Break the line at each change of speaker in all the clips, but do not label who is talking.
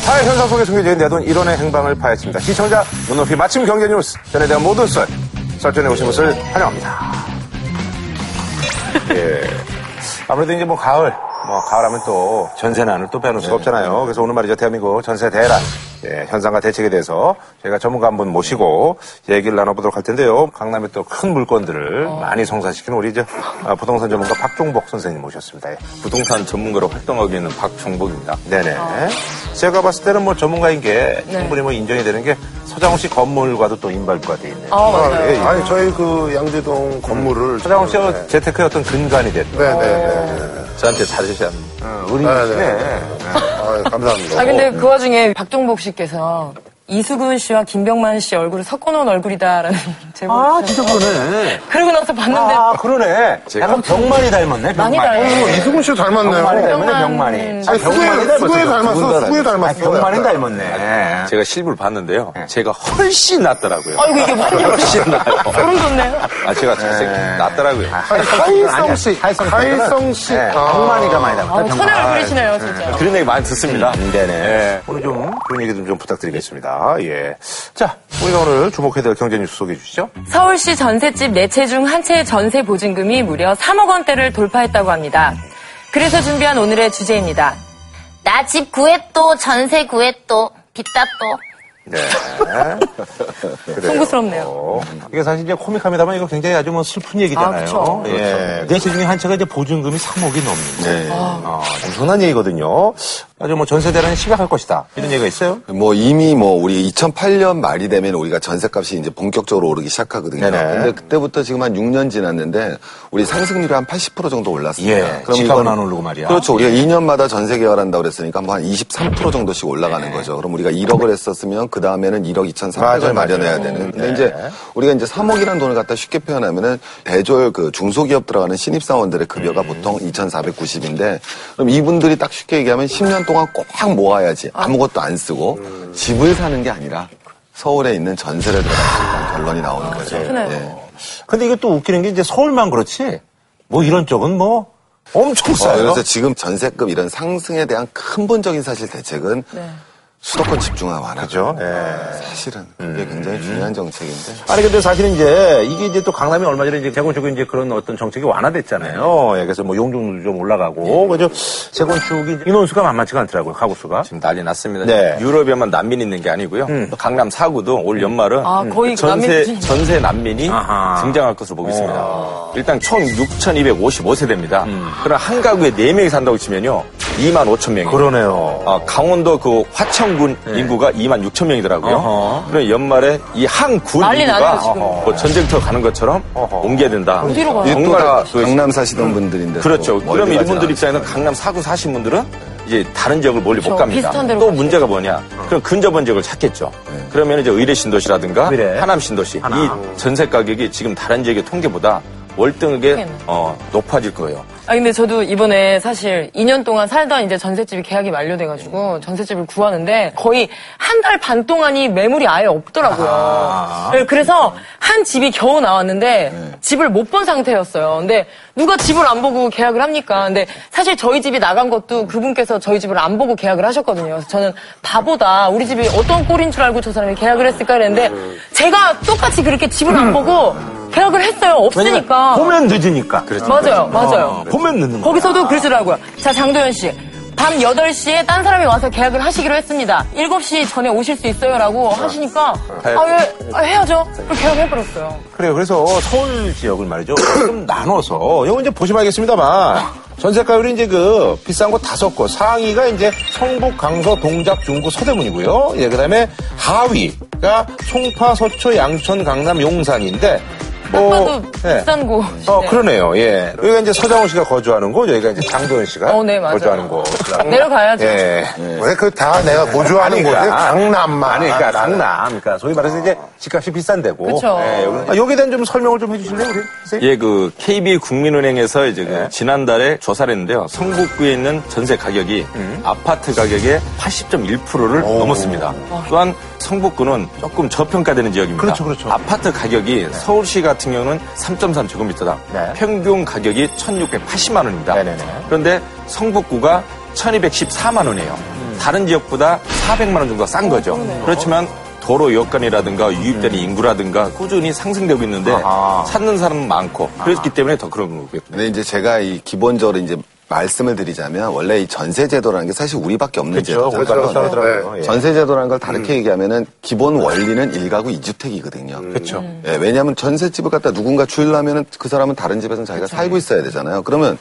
시사의 현상 속에 숨겨진 내돈 일원의 행방을 파헤칩니다. 시청자 눈높이 맞춤 경제 뉴스 전에 대한 모든 썰 설전해 오신 것을 환영합니다. 예. 아무래도 이제 뭐 가을 뭐 가을하면 또
전세난을 또 빼놓을
수가 없잖아요. 그래서 오늘 말이죠 대한민국 전세 대란 예, 현상과 대책에 대해서 저희가 전문가 한 분 모시고 얘기를 나눠보도록 할 텐데요. 강남에 또 큰 물건들을 많이 성사시키는 우리 이제 아, 부동산 전문가 박종복 선생님 모셨습니다. 예.
부동산 전문가로 활동하고 있는 박종복입니다.
네네. 제가 봤을 때는 뭐 전문가인 게 충분히 뭐 인정이 되는 게 서장훈 씨 건물과도 또 인발부가 돼 있네요.
아, 맞아요.
예, 예.
아니 저희 그 양재동 건물을
서장훈 씨가
네.
재테크의 어떤 근간이 됐다. 어,
네네네.
저한테 잘해주세요.
의리시네.
아, 감사합니다.
아, 근데 그 와중에 박종복 씨께서 이수근 씨와 김병만 씨 얼굴을 섞어놓은 얼굴이다라는 제목. 아, 진짜 그러네. 그러고 나서 봤는데. 아, 음.
아, 그러네.
제가-
약간 병만이 닮았네, 병만.
많이 닮았어요.
어, 이수근 씨도
아,
병만이
닮았네요.
닮았네,
병만.
병만이.
음,
아니, 수구에- 수구에 닮았어, 수구에 닮았어.
병만이 닮았네.
제가 실물 봤는데요.
네.
제가 훨씬 낫더라고요.
아이고, 이게 뭐야.
훨씬 나요.
소름 돋네요.
아, 제가 잘생 낫더라고요.
아니, 하일성 씨,
하일성 씨.
하일성 씨.
네,
아.
병만이가 많이 아, 닮았다,
아,
병만.
천을 부리시네요, 진짜.
그런 얘기 많이 듣습니다.
음,
예.
네네. 오늘 좀 그런 얘기 좀 부탁드리겠습니다. 예. 자, 우리가 오늘 주목해야 될 경제 뉴스 소개해 주시죠.
서울시 전셋집 4채 중 한 채의 전세 보증금이 무려 3억 원대를 돌파했다고 합니다. 그래서 준비한 오늘의 주제입니다.
나 집 구했또 전세 구했또 빚다 또
네. 그래요.
송구스럽네요.
어, 이게 사실 이제 코믹합니다만 이거 굉장히 아주 뭐 슬픈 얘기잖아요.
아, 그쵸.
예. 네채 중에 한 채가 이제 보증금이 3억이 넘는.
네.
어, 엄청난 얘기거든요. 아주 뭐 전세 대란이 심각할 것이다. 이런 얘기가 있어요.
뭐 이미 뭐 우리 2008년 말이 되면 우리가 전세값이 이제 본격적으로 오르기 시작하거든요.
네네.
근데 그때부터 지금 한 6년 지났는데 우리 상승률이 한 80% 정도 올랐습니다.
예, 집값은
이건-
안 오르고 말이야.
그렇죠. 우리가 2년마다 전세 계약한다고 그랬으니까 뭐 한 23% 정도씩 올라가는 거죠. 그럼 우리가 1억을 했었으면 그 다음에는 1억 2,300을
네. 맞아요, 네. 맞아요.
마련해야 되는. 근데 이제 우리가 이제 3억이라는 돈을 갖다 쉽게 표현하면은 대졸 그 중소기업 들어가는 신입사원들의
음.
급여가 보통 2,490인데 그럼 이분들이 딱 쉽게 얘기하면 10년 동안 꽉 모아야지 아무것도 안 쓰고
음.
집을 사는 게 아니라 서울에 있는 전세를 들어가는 결론이 나오는 거죠. 예.
근데 이게 또 웃기는 게 이제 서울만 그렇지. 뭐 이런 쪽은 뭐 엄청
어,
싸요.
그래서 지금 전세급 이런 상승에 대한 근본적인 사실 대책은 수도권 집중화 완화.
그죠? 예.
사실은 그게 굉장히 중요한 정책인데.
아니 근데 사실은 이제 이게 이제 또 강남이 얼마 전에 이제 재건축이 이제 그런 어떤 정책이 완화됐잖아요. 예, 그래서 뭐 용적률도 좀 올라가고 그죠 재건축이 이제 인원수가 만만치가 않더라고요 가구수가.
지금 난리 났습니다.
네. 음.
유럽에만 난민 있는 게 아니고요. 강남 4구도 올 연말은
아, 거의 난민
전세,
수준이네.
전세 난민이
아하. 어.
등장할 것으로 보고 있습니다. 일단 총 6,255세대입니다.
음.
그럼 한 가구에 4명이 산다고 치면요. 2만 5천 명이.
그러네요.
아, 강원도 그 화천군 인구가 2만 6천 명이더라고요.
네. 어허.
그럼 연말에 이 한 군
난리
인구가
나네요, 지금.
뭐 전쟁터 가는 것처럼
어허.
옮겨야 된다.
어디로 가요?
이게 또
정말
다
그-
강남 사시던 분들인데.
그렇죠.
어,
또
그럼
멀리 가진
이분들
않으시죠.
입장에는 강남 4구 사신 분들은 이제 다른 지역을 멀리
그렇죠.
못 갑니다.
비슷한 데로
또
가시죠.
문제가 뭐냐?
어.
그럼 근접원 지역을 찾겠죠. 그러면 이제 의뢰 신도시라든가
네. 의뢰.
하남 신도시
하남.
이 전세 가격이 지금 다른 지역의 통계보다 월등하게
통계는.
어, 높아질 거예요.
아 근데 저도 이번에 사실 2년 동안 살던 이제 전셋집이 계약이 만료돼가지고 전셋집을 구하는데 거의 한 달 반 동안이 매물이 아예 없더라고요. 네, 그래서 한 집이 겨우 나왔는데 집을 못 본 상태였어요. 근데 누가 집을 안 보고 계약을 합니까? 근데 사실 저희 집이 나간 것도 그분께서 저희 집을 안 보고 계약을 하셨거든요. 그래서 저는 바보다 우리 집이 어떤 꼴인 줄 알고 저 사람이 계약을 했을까 그랬는데 제가 똑같이 그렇게 집을 안 보고 계약을 했어요. 없으니까.
보면 늦으니까.
음. 맞아요, 맞아요.
어, 보면 늦는 거.
거기서도 그러시더라고요. 자, 장도연 씨. 밤 8시에 딴 사람이 와서 계약을 하시기로 했습니다. 7시 전에 오실 수 있어요? 라고 하시니까, 아, 왜, 아, 해야죠. 그럼 계약해버렸어요.
그래요. 그래서 서울 지역을 말이죠. 좀 나눠서 이거 이제 보시면 알겠습니다만 전세가율이 이제 그 비싼 곳 다섯 곳 상위가 이제 성북, 강서, 동작, 중구, 서대문이고요. 예, 그다음에 하위가 송파, 서초, 양천, 강남, 용산인데
딱
뭐,
봐도
예.
비싼 곳.
어, 그러네요. 예. 여기가 이제 서장훈 씨가 거주하는 곳, 여기가 이제 장도연 씨가
어, 네, 맞아요.
거주하는 곳.
내려가야죠.
예.
왜 그 다 내가 고주하는 곳에
그러니까
강남만.
아, 아니, 그러니까 강남. 그러니까 소위 말해서 이제 집값이 비싼 데고.
그쵸.
예, 여기- 아, 여기에 대한 좀 설명을 좀 해주실래요, 우리 선생님?
예, 그 KB 국민은행에서 이제
네.
그 지난달에 조사를 했는데요. 성북구에 있는 전세 가격이
음.
아파트 가격의 80.1%를 넘었습니다. 또한 성북구는 조금 저평가되는 지역입니다.
그렇죠, 그렇죠.
아파트 가격이 서울시 같은 경우는 3.3 제곱미터다.
네.
평균 가격이 1,680만 원입니다.
네네네. 음.
그런데 성북구가 1,214만 원이에요. 다른 지역보다 400만 원 정도 싼
어,
거죠. 그렇지만 도로 여건이라든가 유입되는
음.
인구라든가 꾸준히 상승되고 있는데 찾는 사람은 많고 그렇기 때문에 더 그런 거고요.
근데 이제 제가 이 기본적으로 이제 말씀을 드리자면 원래 이 전세 제도라는 게 사실 우리밖에 없는
그렇죠.
제도잖아요.
그렇죠.
그러더라고요.
네.
예.
전세 제도라는 걸 다르게 얘기하면은 기본 원리는 일가구 이주택이거든요
그렇죠.
예, 왜냐하면 전셋집을 갖다 누군가 주려면은 그 사람은 다른 집에서 자기가
그렇죠.
살고 있어야 되잖아요. 그러면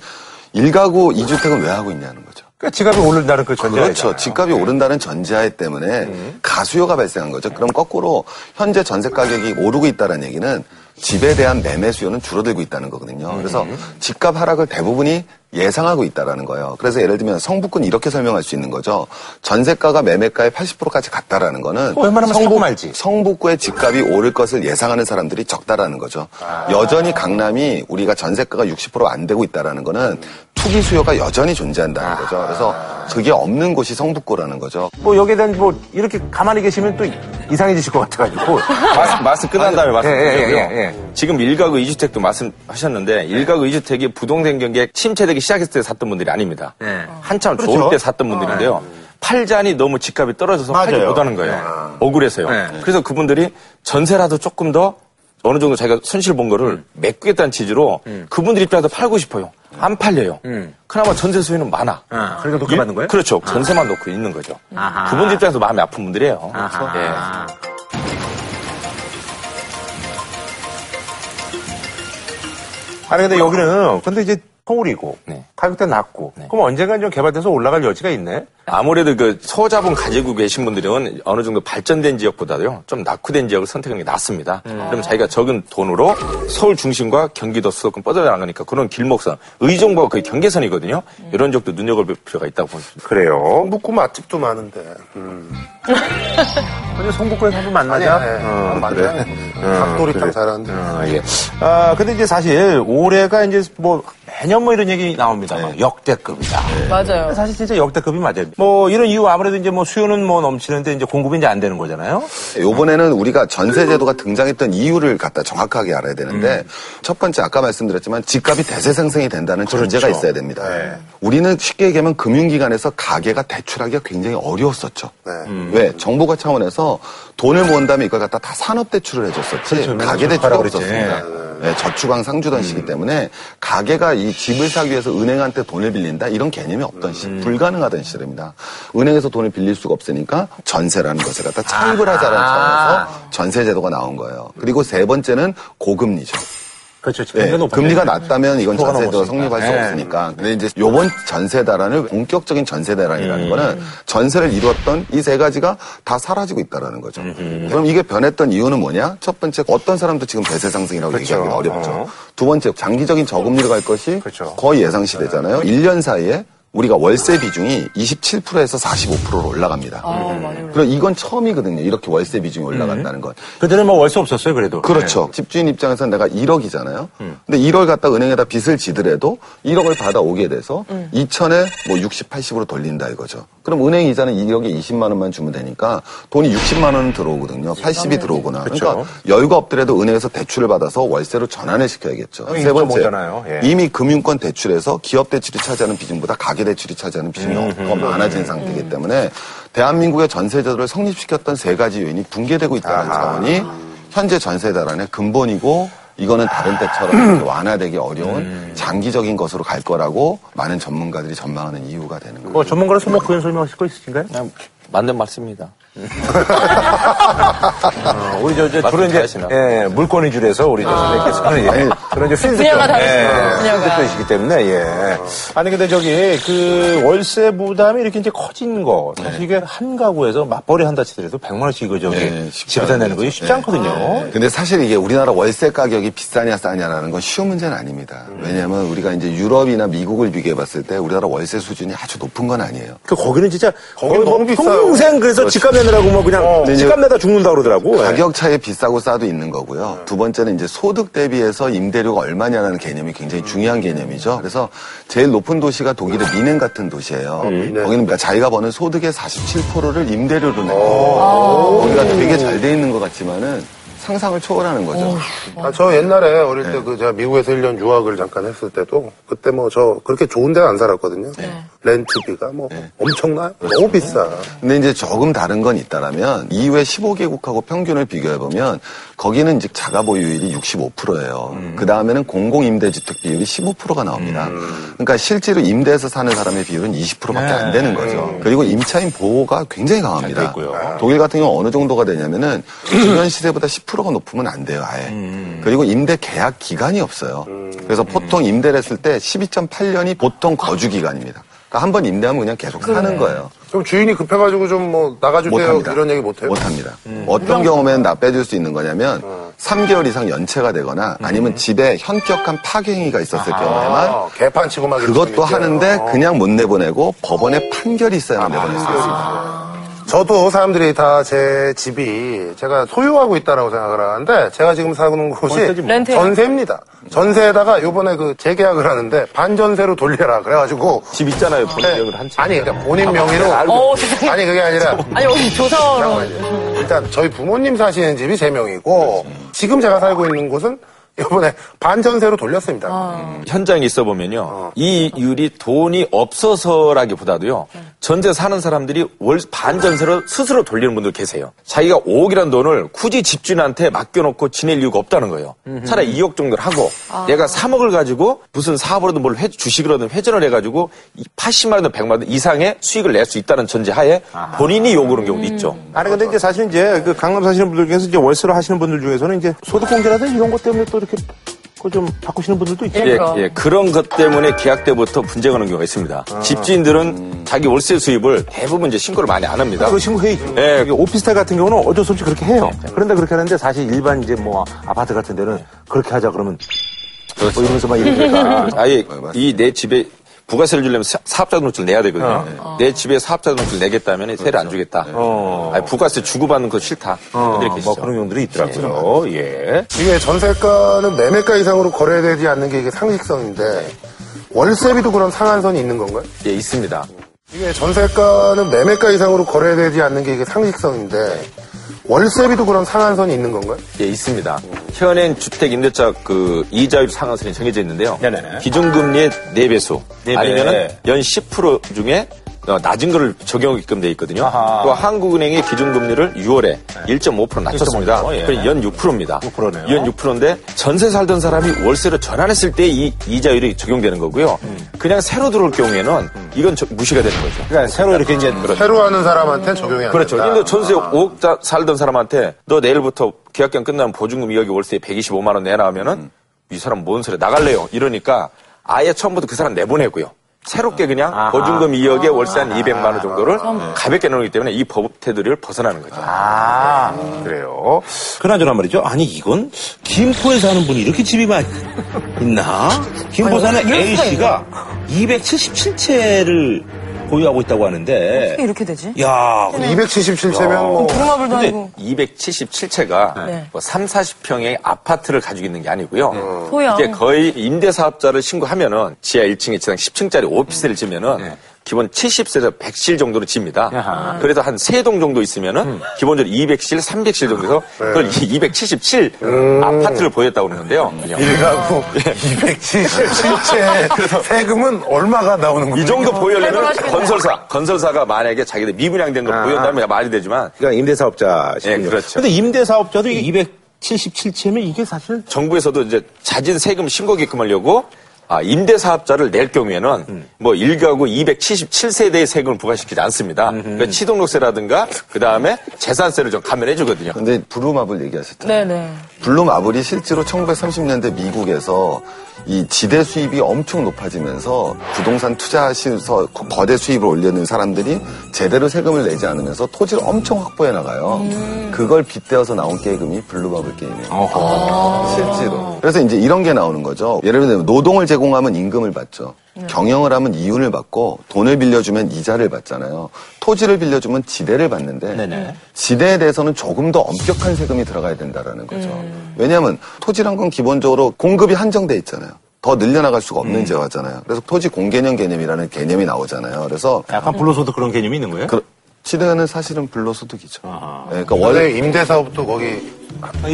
일가구 이주택은왜 하고 있냐는 거죠.
그러니까 지갑이 오른다는 그 전제.
그렇죠. 집값이 오른다는 전제하에 때문에
음.
가수요가 발생한 거죠. 그럼 거꾸로 현재 전세 가격이 오르고 있다는 얘기는 집에 대한 매매 수요는 줄어들고 있다는 거거든요.
음.
그래서 집값 하락을 대부분이 예상하고 있다라는 거예요. 그래서 예를 들면 성북군 이렇게 설명할 수 있는 거죠. 전세가가 매매가의 80%까지 갔다라는 거는
어, 웬만하면 사고 말지.
성북구의 집값이 오를 것을 예상하는 사람들이 적다라는 거죠. 여전히 강남이 우리가 전세가가 60%안 되고 있다라는 거는 투기 수요가 여전히 존재한다는 거죠. 그래서 그게 없는 곳이 성북구라는 거죠.
뭐 여기에 대한 뭐 이렇게 가만히 계시면 또 이상해지실 것 같아가지고.
마스, 마스크 끄난 다음에 말씀드리고요.
예, 예, 예.
지금 일가구 이주택도 말씀하셨는데 일가구 이주택이 부동산 경기에 침체되기 시작했을 때 샀던 분들이 아닙니다.
예.
한참
그렇죠.
좋을 때 샀던 분들인데요. 팔자니 너무 집값이 떨어져서 팔지
아, 맞아요.
못하는 거예요. 억울해서요. 그래서 그분들이 전세라도 조금 더 어느 정도 자기가 손실 본
음.
거를 메꾸겠다는 취지로 그분들 입장에서 팔고 싶어요. 안 팔려요. 그나마 전세 수요는 많아.
음. 그래서 높게 받는 거예요? 아.
그렇죠. 전세만 놓고 있는 거죠. 그분들 입장에서 마음이 아픈 분들이에요. 예.
아. 아니 근데 여기는 근데 이제 서울이고
네.
가격대 낮고 그럼 언젠간 좀 개발돼서 올라갈 여지가 있네.
아무래도 그 소자본 가지고 계신 분들은 어느 정도 발전된 지역보다도요 좀 낙후된 지역을 선택하는 게 낫습니다. 그럼 자기가 적은 돈으로 서울 중심과 경기도 수도권 뻗어나가니까 그런 길목선, 의정부가 거의 경계선이거든요. 이런 쪽도 눈여겨볼 필요가 있다고 봅니다.
그래요.
묵고 맛집도 많은데.
근데 송국구에서 한번 만나자.
네.
어,
맞아요. 닭도리탕 잘하는데.
아, 예. 아, 근데 이제 사실 올해가 이제 뭐 매년 뭐 이런 얘기 나옵니다. 역대급이다.
맞아요.
네. 사실 진짜 역대급이 맞아요. 뭐 이런 이유 아무래도 이제 뭐 수요는 뭐 넘치는데 이제 공급이 이제 안 되는 거잖아요.
요번에는 우리가 전세제도가 등장했던 이유를 갖다 정확하게 알아야 되는데 첫 번째 아까 말씀드렸지만 집값이 대세 상승이 된다는 전제가 있어야 됩니다. 우리는 쉽게 얘기하면 금융기관에서 가계가 대출하기가 굉장히 어려웠었죠. 왜 정부가 차원에서 돈을 모은 다음에 이걸 갖다 다 산업대출을 해줬었지
그렇죠.
가계 대출이
그랬지. 음.
없었습니다. 예, 저축왕 상주던 시기 때문에 가게가 이 집을 사기 위해서 은행한테 돈을 빌린다 이런 개념이
음.
없던 시 불가능하던 시절입니다. 은행에서 돈을 빌릴 수가 없으니까 전세라는 것을 갖다 차입을
아.
하자라는 차원에서 전세 제도가 나온 거예요. 그리고 세 번째는 고금리죠.
그렇죠.
예, 금리가 낮다면 이건
효과가 넘었으니까.
전세제도가 성립할 수
예.
없으니까. 근데 이제 요번 전세다란을 본격적인 전세다란이라는
음.
거는 전세를 이루었던 이 세 가지가 다 사라지고 있다라는 거죠. 그럼 이게 변했던 이유는 뭐냐? 첫 번째 어떤 사람도 지금 대세 상승이라고 얘기하기 어렵죠. 두 번째 장기적인 저금리로 갈 것이
그렇죠. 네.
거의 예상시되잖아요. 1년 사이에 우리가 월세 비중이 27%에서 45%로 올라갑니다. 그럼 이건 처음이거든요. 이렇게 월세 비중이 올라간다는 건.
그때는 뭐 월세 없었어요, 그래도.
그렇죠. 집주인 입장에서는 내가 1억이잖아요.
음.
근데 1억 갖다 은행에다 빚을 지더라도 1억을 받아오게 돼서 2천에 뭐 60, 80으로 돌린다 이거죠. 그럼 은행 이자는 2억에 20만 원만 주면 되니까 돈이 60만 원은 들어오거든요. 80이 들어오거나. 그러니까 여유가 없더라도 은행에서 대출을 받아서 월세로 전환을 시켜야겠죠.
그럼
세 번째,
2.5잖아요. 예.
이미 금융권 대출에서 기업 대출이 차지하는 비중보다 가계 대출이 차지하는 비중이 더 많아진 상태이기 때문에 대한민국의 전세제도를 성립시켰던 세 가지 요인이 붕괴되고 있다는 차원이 현재 전세다란의 근본이고 이거는 다른 때처럼 이렇게 완화되기 어려운 장기적인 것으로 갈 거라고 많은 전문가들이 전망하는 이유가 되는 거예요.
뭐 전문가로 손목 구현 설명하실 거 있으신가요?
그냥 맞는 말씀입니다.
어, 우리 저, 저
말씀
주로 이제
잘하시나?
예, 물건의 줄에서 우리 저 선생님께서 하는 예, 그런 이제 필드
분야가
쪽,
아. 다르시네요,
예,
분야가.
필드 쪽이시기 때문에 예. 아니 근데 저기 그 월세 부담이 이렇게 이제 커진 거 사실 이게 한 가구에서 맞벌이 한다 치더라도 100만 원씩 이거 저기
네, 쉽지
집에다
않은
내는 거 이거 쉽지 않거든요.
근데 사실 이게 우리나라 월세 가격이 비싸냐 싸냐라는 건 쉬운 문제는 아닙니다. 왜냐하면 우리가 이제 유럽이나 미국을 비교해 봤을 때 우리나라 월세 수준이 아주 높은 건 아니에요.
그 거기는 진짜 거기
너무 비싸요.
평생 그래서 집값 내느라고 뭐 그냥 집값 내다 죽는다 그러더라고. 예.
가격 차이 비싸고 싸도 있는 거고요. 두 번째는 이제 소득 대비해서 임대료가 얼마냐라는 개념이 굉장히 중요한 개념이죠. 그래서 제일 높은 도시가 독일의 미넨 같은 도시예요. 거기는 그러니까 자기가 버는 소득의 47%를 임대료로 내고 거기가 되게 잘 돼 있는 것 같지만은 상상을 초월하는 거죠.
아, 저 옛날에 어릴
네.
때 그 제가 미국에서 1년 유학을 잠깐 했을 때도 그때 뭐 저 그렇게 좋은 데는 안 살았거든요.
네.
렌트비가 뭐 엄청나요? 너무 비싸.
근데 이제 조금 다른 건 있다라면 이외 15개국하고 평균을 비교해 보면 거기는 이제 자가 보유율이 65%예요. 그 다음에는 공공 임대주택 비율이 15%가 나옵니다. 그러니까 실제로 임대해서 사는 사람의 비율은 20%밖에 안 되는 거죠. 그리고 임차인 보호가 굉장히 강합니다. 독일 같은 경우 어느 정도가 되냐면은 주변 시세보다 10%가 높으면 안 돼요, 아예. 그리고 임대 계약 기간이 없어요. 그래서 보통 임대를 했을 때 12.8년이 보통 거주 기간입니다. 그러니까 한 번 임대하면 그냥 계속 사는 거예요.
그럼 주인이 급해가지고 좀 뭐 나가주세요
못합니다.
이런 얘기 못해요? 음.
못합니다. 어떤 경우에는 나 빼줄 수 있는 거냐면 3개월 이상 연체가 되거나 아니면 집에 현격한 파괴행위가 있었을 경우에만
음. 아, 개판 치고 막 이런
그것도
재밌게.
하는데
어.
그냥 못 내보내고 법원에 판결이 있어야만
아,
내보낼 수 있습니다.
저도 사람들이 다 제 집이 제가 소유하고 있다라고 생각을 하는데 제가 지금 사는 곳이
권세지 뭐.
렌트요?
전세입니다. 전세에다가 요번에 그 재계약을 하는데 반전세로 돌려라 그래가지고
집 있잖아요.
네.
본격을 한 채.
네. 아니 그러니까 본인 명의로
어, 세상에.
아니 그게 아니라
아니, 여기 조사하러.
잠깐만요. 일단 저희 부모님 사시는 집이 세
네,
명이고 지금 제가 살고 있는 곳은 요번에 반전세로 돌렸습니다.
아.
현장에 있어 보면요. 이 이율이 돈이 없어서라기보다도요. 전세 사는 사람들이 월 반전세로 스스로 돌리는 분들 계세요. 자기가 5억이란 돈을 굳이 집주인한테 맡겨놓고 지낼 이유가 없다는 거예요. 차라리 2억 정도를 하고 내가 3억을 가지고 무슨 사업으로든 뭘 해- 주식으로든 회전을 해가지고 이 80만 원이든 100만 원 이상의 수익을 낼 수 있다는 전제하에 본인이 요구하는 경우도 있죠.
아니 근데 이제 사실 이제 그 강남 사시는 분들 중에서 이제 월세로 하시는 분들 중에서는 이제 소득 공제라든지 이런 것 때문에 또 이렇게 그좀 바꾸시는 분들도 있죠.
예,
그럼.
예, 그런 것 때문에 계약 때부터 분쟁하는 경우가 있습니다.
아.
집주인들은 자기 월세 수입을 대부분 이제 신고를 많이 안 합니다.
음. 그 친구 회의.
예.
이게 오피스텔 같은 경우는 어쩔 수 없이 그렇게 해요. 그런데 그렇게 하는데 사실 일반 이제 뭐 아파트 같은 데는 그렇게 하자 그러면 뭐 이러면서 막 이러니까.
아예 이 내 집에 부가세를 주려면 사- 사업자 등록증을 내야 되거든요.
어.
네. 내 집에 사업자 등록증을 내겠다면 세를
그렇죠.
안 주겠다. 아니, 부가세 주고받는 거 싫다. 이렇게
네. 뭐
계시죠.
그런 경우들이 있더라고요. 예.
이게 전세가는 매매가 이상으로 거래되지 않는 게 이게 상식선인데 월세비도 그런 상한선이 있는 건가요?
예, 있습니다.
이게 전세가는 매매가 이상으로 거래되지 않는 게 이게 상식선인데 월세비도 그런 상한선이 있는 건가요?
예, 있습니다. 현행 주택 임대차 그 이자율 상한선이 정해져 있는데요.
네네네.
기준금리의 4배수
네 배.
아니면은 연 10% 중에 어, 낮은 거를 적용하게끔 돼 있거든요.
아하. 네.
또 한국은행이 기준금리를 6월에 1.5% 낮췄습니다.
1.5%, 예.
그래서 연 6%입니다.
6% 네요.
연 6%인데 전세 살던 사람이 월세로 전환했을 때 이 이자율이 적용되는 거고요.
음.
그냥 새로 들어올 경우에는 이건 저- 무시가 되는 거죠.
그러니까 새로 이렇게 이제
새로 하는 사람한테 적용이 안
그렇죠.
된다.
근데 전세 5억 자- 살던 사람한테 너 내일부터 계약기간 끝나면 보증금 2억이 월세 125만 원 내라 하면은 이 사람 뭔 소리 야 나갈래요. 이러니까 아예 처음부터 그 사람 내보내고요. 새롭게 그냥 보증금 2억에 월세 한 200만 원 정도를 가볍게 넣기 때문에 이 법 테두리를 벗어나는 거죠.
아, 그래요. 그나저나 말이죠. 아니, 이건 김포에 사는 분이 이렇게 집이 많이 있나? 김포 사는
이럴 수가
A씨가 277채를 보유하고 있다고 하는데.
어떻게 이렇게 되지?
야, 어.
277채면 뭐
부마블도
근데
아니고.
277채가
네.
뭐 3, 40평의 아파트를 가지고 있는 게 아니고요.
소형.
이게 거의 임대사업자를 신고하면은 지하 1층에 지상 10층짜리 오피스를 지면은
네.
기본 70세에서 100실 정도로 집니다.
아.
그래서 한 세 동 정도 있으면은
음.
기본적으로 200실, 300실 정도에서
네.
그걸 277
음.
아파트를 보였다고 그러는데요.
일가구 277채 세금은 얼마가 나오는 거예요?
이 정도 보이려면
설명하시겠네요.
건설사, 건설사가 만약에 자기들 미분양된
아.
걸 보였다면 말이 되지만
그러니까 임대사업자.
예, 그렇죠.
근데 임대사업자도 이게 277채면 이게 사실
정부에서도 이제 자진 세금 신고게끔 하려고 아, 임대사업자를 낼 경우에는
음.
뭐 1가구 277세대의 세금을 부과시키지 않습니다. 그러니까 취등록세라든가 그다음에 재산세를 좀 감면해 주거든요.
근데 브루마블 얘기하셨잖아요.
네네.
블루마블이 실제로 1930년대 미국에서 이 지대 수입이 엄청 높아지면서 부동산 투자하시면서 거- 거대 수입을 올리는 사람들이 제대로 세금을 내지 않으면서 토지를 엄청 확보해 나가요.
음.
그걸 빗대어서 나온 게임이 블루마블 게임이에요. 실제로. 아. 그래서 이제 이런 게 나오는 거죠. 예를 들면 노동을 제공하면 임금을 받죠. 경영을 하면 이윤을 받고 돈을 빌려주면 이자를 받잖아요. 토지를 빌려주면 지대를 받는데 지대에 대해서는 조금 더 엄격한 세금이 들어가야 된다라는 거죠. 왜냐하면 토지란 건 기본적으로 공급이 한정돼 있잖아요. 더 늘려나갈 수가 없는 재화잖아요. 그래서 토지 공개념 개념이라는 개념이 나오잖아요. 그래서
약간 불로소득 그런 개념이 있는 거예요?
그, 지대는 사실은 불로소득이죠. 네, 그러니까
원래
원래
임대사업도 거기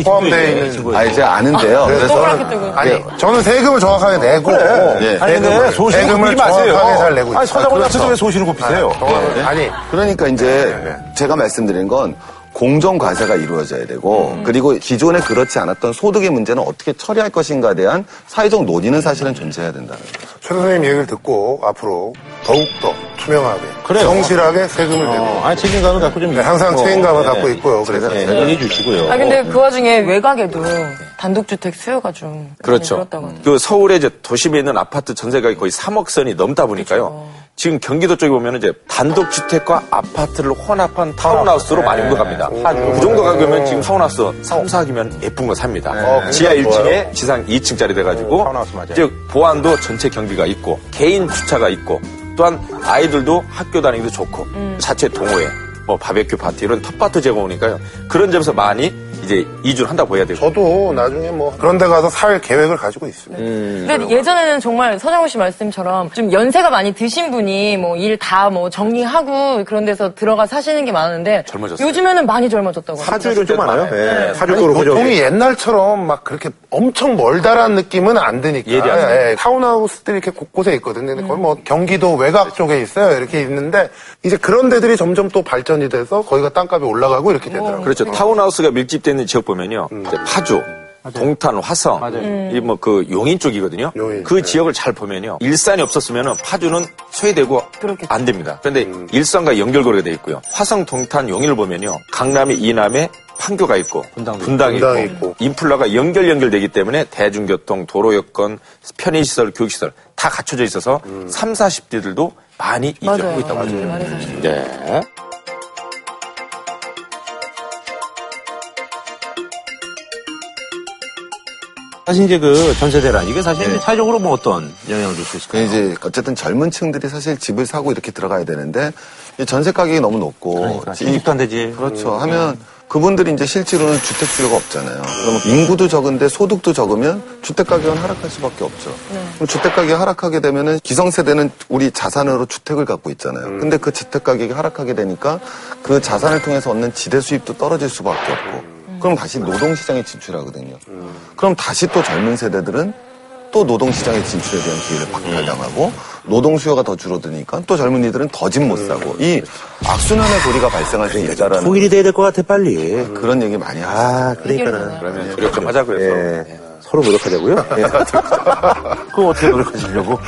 포함되어 있는
아, 이제 아는데요. 그래서 네,
동그랗게 뜨고.
아니, 저는 세금을 정확하게 내고
예.
네. 아니, 근데 소신을
세금을
굽히지 마세요.
정확하게 잘 내고
아니,
있어요.
서장훈
그렇죠.
자체도 왜 소신을 굽히세요? 네.
정확하게- 아니,
그러니까 이제 제가 말씀드린 건 공정 과세가 이루어져야 되고
음.
그리고 기존에 그렇지 않았던 소득의 문제는 어떻게 처리할 것인가에 대한 사회적 논의는 사실은 존재해야 된다는 거예요.
최 선생님 얘기를 듣고 앞으로 더욱더 투명하게,
그래요.
성실하게 세금을 내고
어, 아니, 책임감을 갖고 좀.
네, 항상
있고.
책임감을
네.
갖고 있고요. 그래서
네, 얘기해 주시고요.
아 근데 그 와중에 외곽에도 단독주택 수요가 좀 많이
그렇죠.
늘었다고 하는데.
그 서울에 이제 도심에 있는 아파트 전세가격이 거의 3억 선이 넘다 보니까요.
그렇죠.
지금 경기도 쪽에 보면 이제 단독 주택과 아파트를 혼합한 타운하우스로 많이 옮겨갑니다.
네.
그 정도 가격이면
음.
지금 타운하우스 3, 4억이면 예쁜 거 삽니다.
네.
지하
굉장히
1층에 지상 2층짜리
오,
돼가지고
네, 타운하우스 맞아요.
즉 보안도 전체 경비가 있고 개인 주차가 있고 또한 아이들도 학교 다니기도 좋고
음.
자체 동호회 뭐 바베큐 파티 이런 텃밭도 제공하니까요. 그런 점에서 많이 이제 이주를 한다고 해야 되고
저도 나중에 뭐 그런 데 가서 살 계획을 가지고 있습니다.
음,
네.
근데 예전에는 정말 서장훈 씨 말씀처럼 좀 연세가 많이 드신 분이 뭐 일 다 뭐 정리하고 그런 데서 들어가 사시는 게 많은데
젊어졌어요.
요즘에는 많이 젊어졌다고 하더라고요.
사주율은 좀 많아요. 예, 사주율 그렇고 저기.
보통이 옛날처럼 막 그렇게 엄청 멀다란 느낌은 안 드니까.
예리 안
예, 예. 타운하우스들이 이렇게 곳곳에 있거든요. 근데
음.
거의 뭐 경기도 외곽 쪽에 있어요. 이렇게 있는데 이제 그런 데들이 점점 또 발전이 돼서 거기가 땅값이 올라가고
어.
이렇게 되더라고요.
그렇죠. 타운하우스가 밀집되어 있는 지역 보면요.
음.
이제 파주, 동탄, 화성,
네.
이 뭐 그 용인 쪽이거든요.
용인,
그
네.
지역을 잘 보면요. 일산이 없었으면 파주는 소외되고
그렇겠죠.
안 됩니다. 그런데
음.
일산과 연결고리가 돼 있고요. 화성, 동탄, 용인을 보면요. 강남이 이남에 판교가 있고 분당도,
분당이
있고,
있고.
인플라가 연결 연결되기 때문에 대중교통, 도로 여건, 편의시설, 교육시설 다 갖춰져 있어서
음.
삼, 3, 40대들도 많이
맞아요.
이주하고 있다고 하죠.
많이 사시는 분.
네.
사실 이제 그 전세 대란 이게 사실
네.
이제 사회적으로 뭐 어떤 영향을 줄 수
그
있을까요?
이제 어쨌든 젊은 층들이 사실 집을 사고 이렇게 들어가야 되는데 이 전세 가격이 너무
네,
높고
그러니까
이-
시집도 안 되지.
그렇죠. 하면 그분들이 이제 실제로는 주택 수요가 없잖아요. 그러면 인구도 적은데 소득도 적으면 주택 가격은 하락할 수밖에 없죠. 그럼 주택 가격이 하락하게 되면은 기성세대는 우리 자산으로 주택을 갖고 있잖아요. 근데 그 주택 가격이 하락하게 되니까 그 자산을 통해서 얻는 지대 수입도 떨어질 수밖에 없고. 그럼 다시 노동시장에 진출하거든요. 그럼 다시 또 젊은 세대들은 또 노동시장에 진출에 대한 기회를 박탈당하고 노동 수요가 더 줄어드니까 또 젊은이들은 더 집 못 사고 이 악순환의 고리가 발생할 수 있다라는
통일이 돼야 될 것 같아 빨리.
음. 그런 얘기 많이 하세요.
아 그러니까는.
그러면 노력 좀 하자고 해서
예. 서로 노력하자고요. 예. 그거 어떻게 노력하시려고?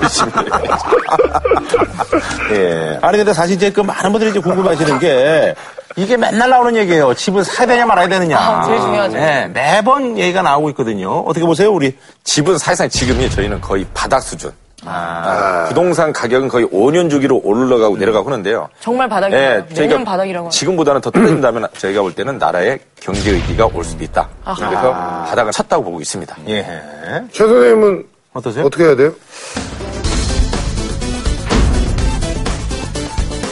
열심히 해야죠.
예. 아니 근데 사실 이제 그 많은 분들이 이제 궁금해하시는 게 이게 맨날 나오는 얘기예요. 집을 사야 되냐 말아야 되느냐.
아, 제일 중요하죠.
예, 매번 얘기가 나오고 있거든요. 어떻게 보세요, 우리?
집은 사실상 지금이 저희는 거의 바닥 수준. 아, 부동산 가격은 거의 5년 주기로 올라가고 내려가고 하는데요.
정말 바닥이라고
예,
하죠.
저희가
아, 매년 바닥이라고 하죠.
지금보다는 더 떨어진다면 저희가 볼 때는 나라의 경제 위기가 올 수도 있다. 그래서 바닥을 쳤다고 보고 있습니다.
예.
최 선생님은
어떠세요?
어떻게 해야 돼요?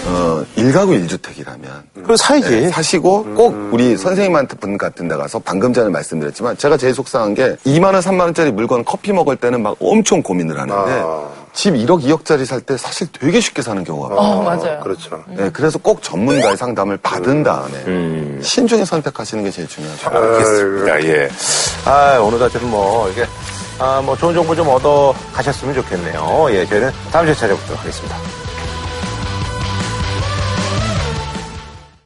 어, 일가구 일주택이라면
그 사야지.
예.
네, 사시고 꼭 우리 선생님한테 분 같은 데 가서 방금 전에 말씀드렸지만 제가 제일 속상한 게 2만 원, 3만 원짜리 물건 커피 먹을 때는 막 엄청 고민을
네.
하는데
아.
집 1억, 2억짜리 살 때 사실 되게 쉽게 사는 경우가 많아요.
어, 맞아요.
그렇죠.
네, 그래서 꼭 전문가의 상담을 받은 다음에 신중히 선택하시는 게 제일 중요하죠.
아, 알겠습니다. 예. 아, 오늘 같은 뭐, 이게, 아, 뭐, 좋은 정보 좀 얻어 가셨으면 좋겠네요. 예, 저희는 다음 주에 찾아뵙도록 하겠습니다.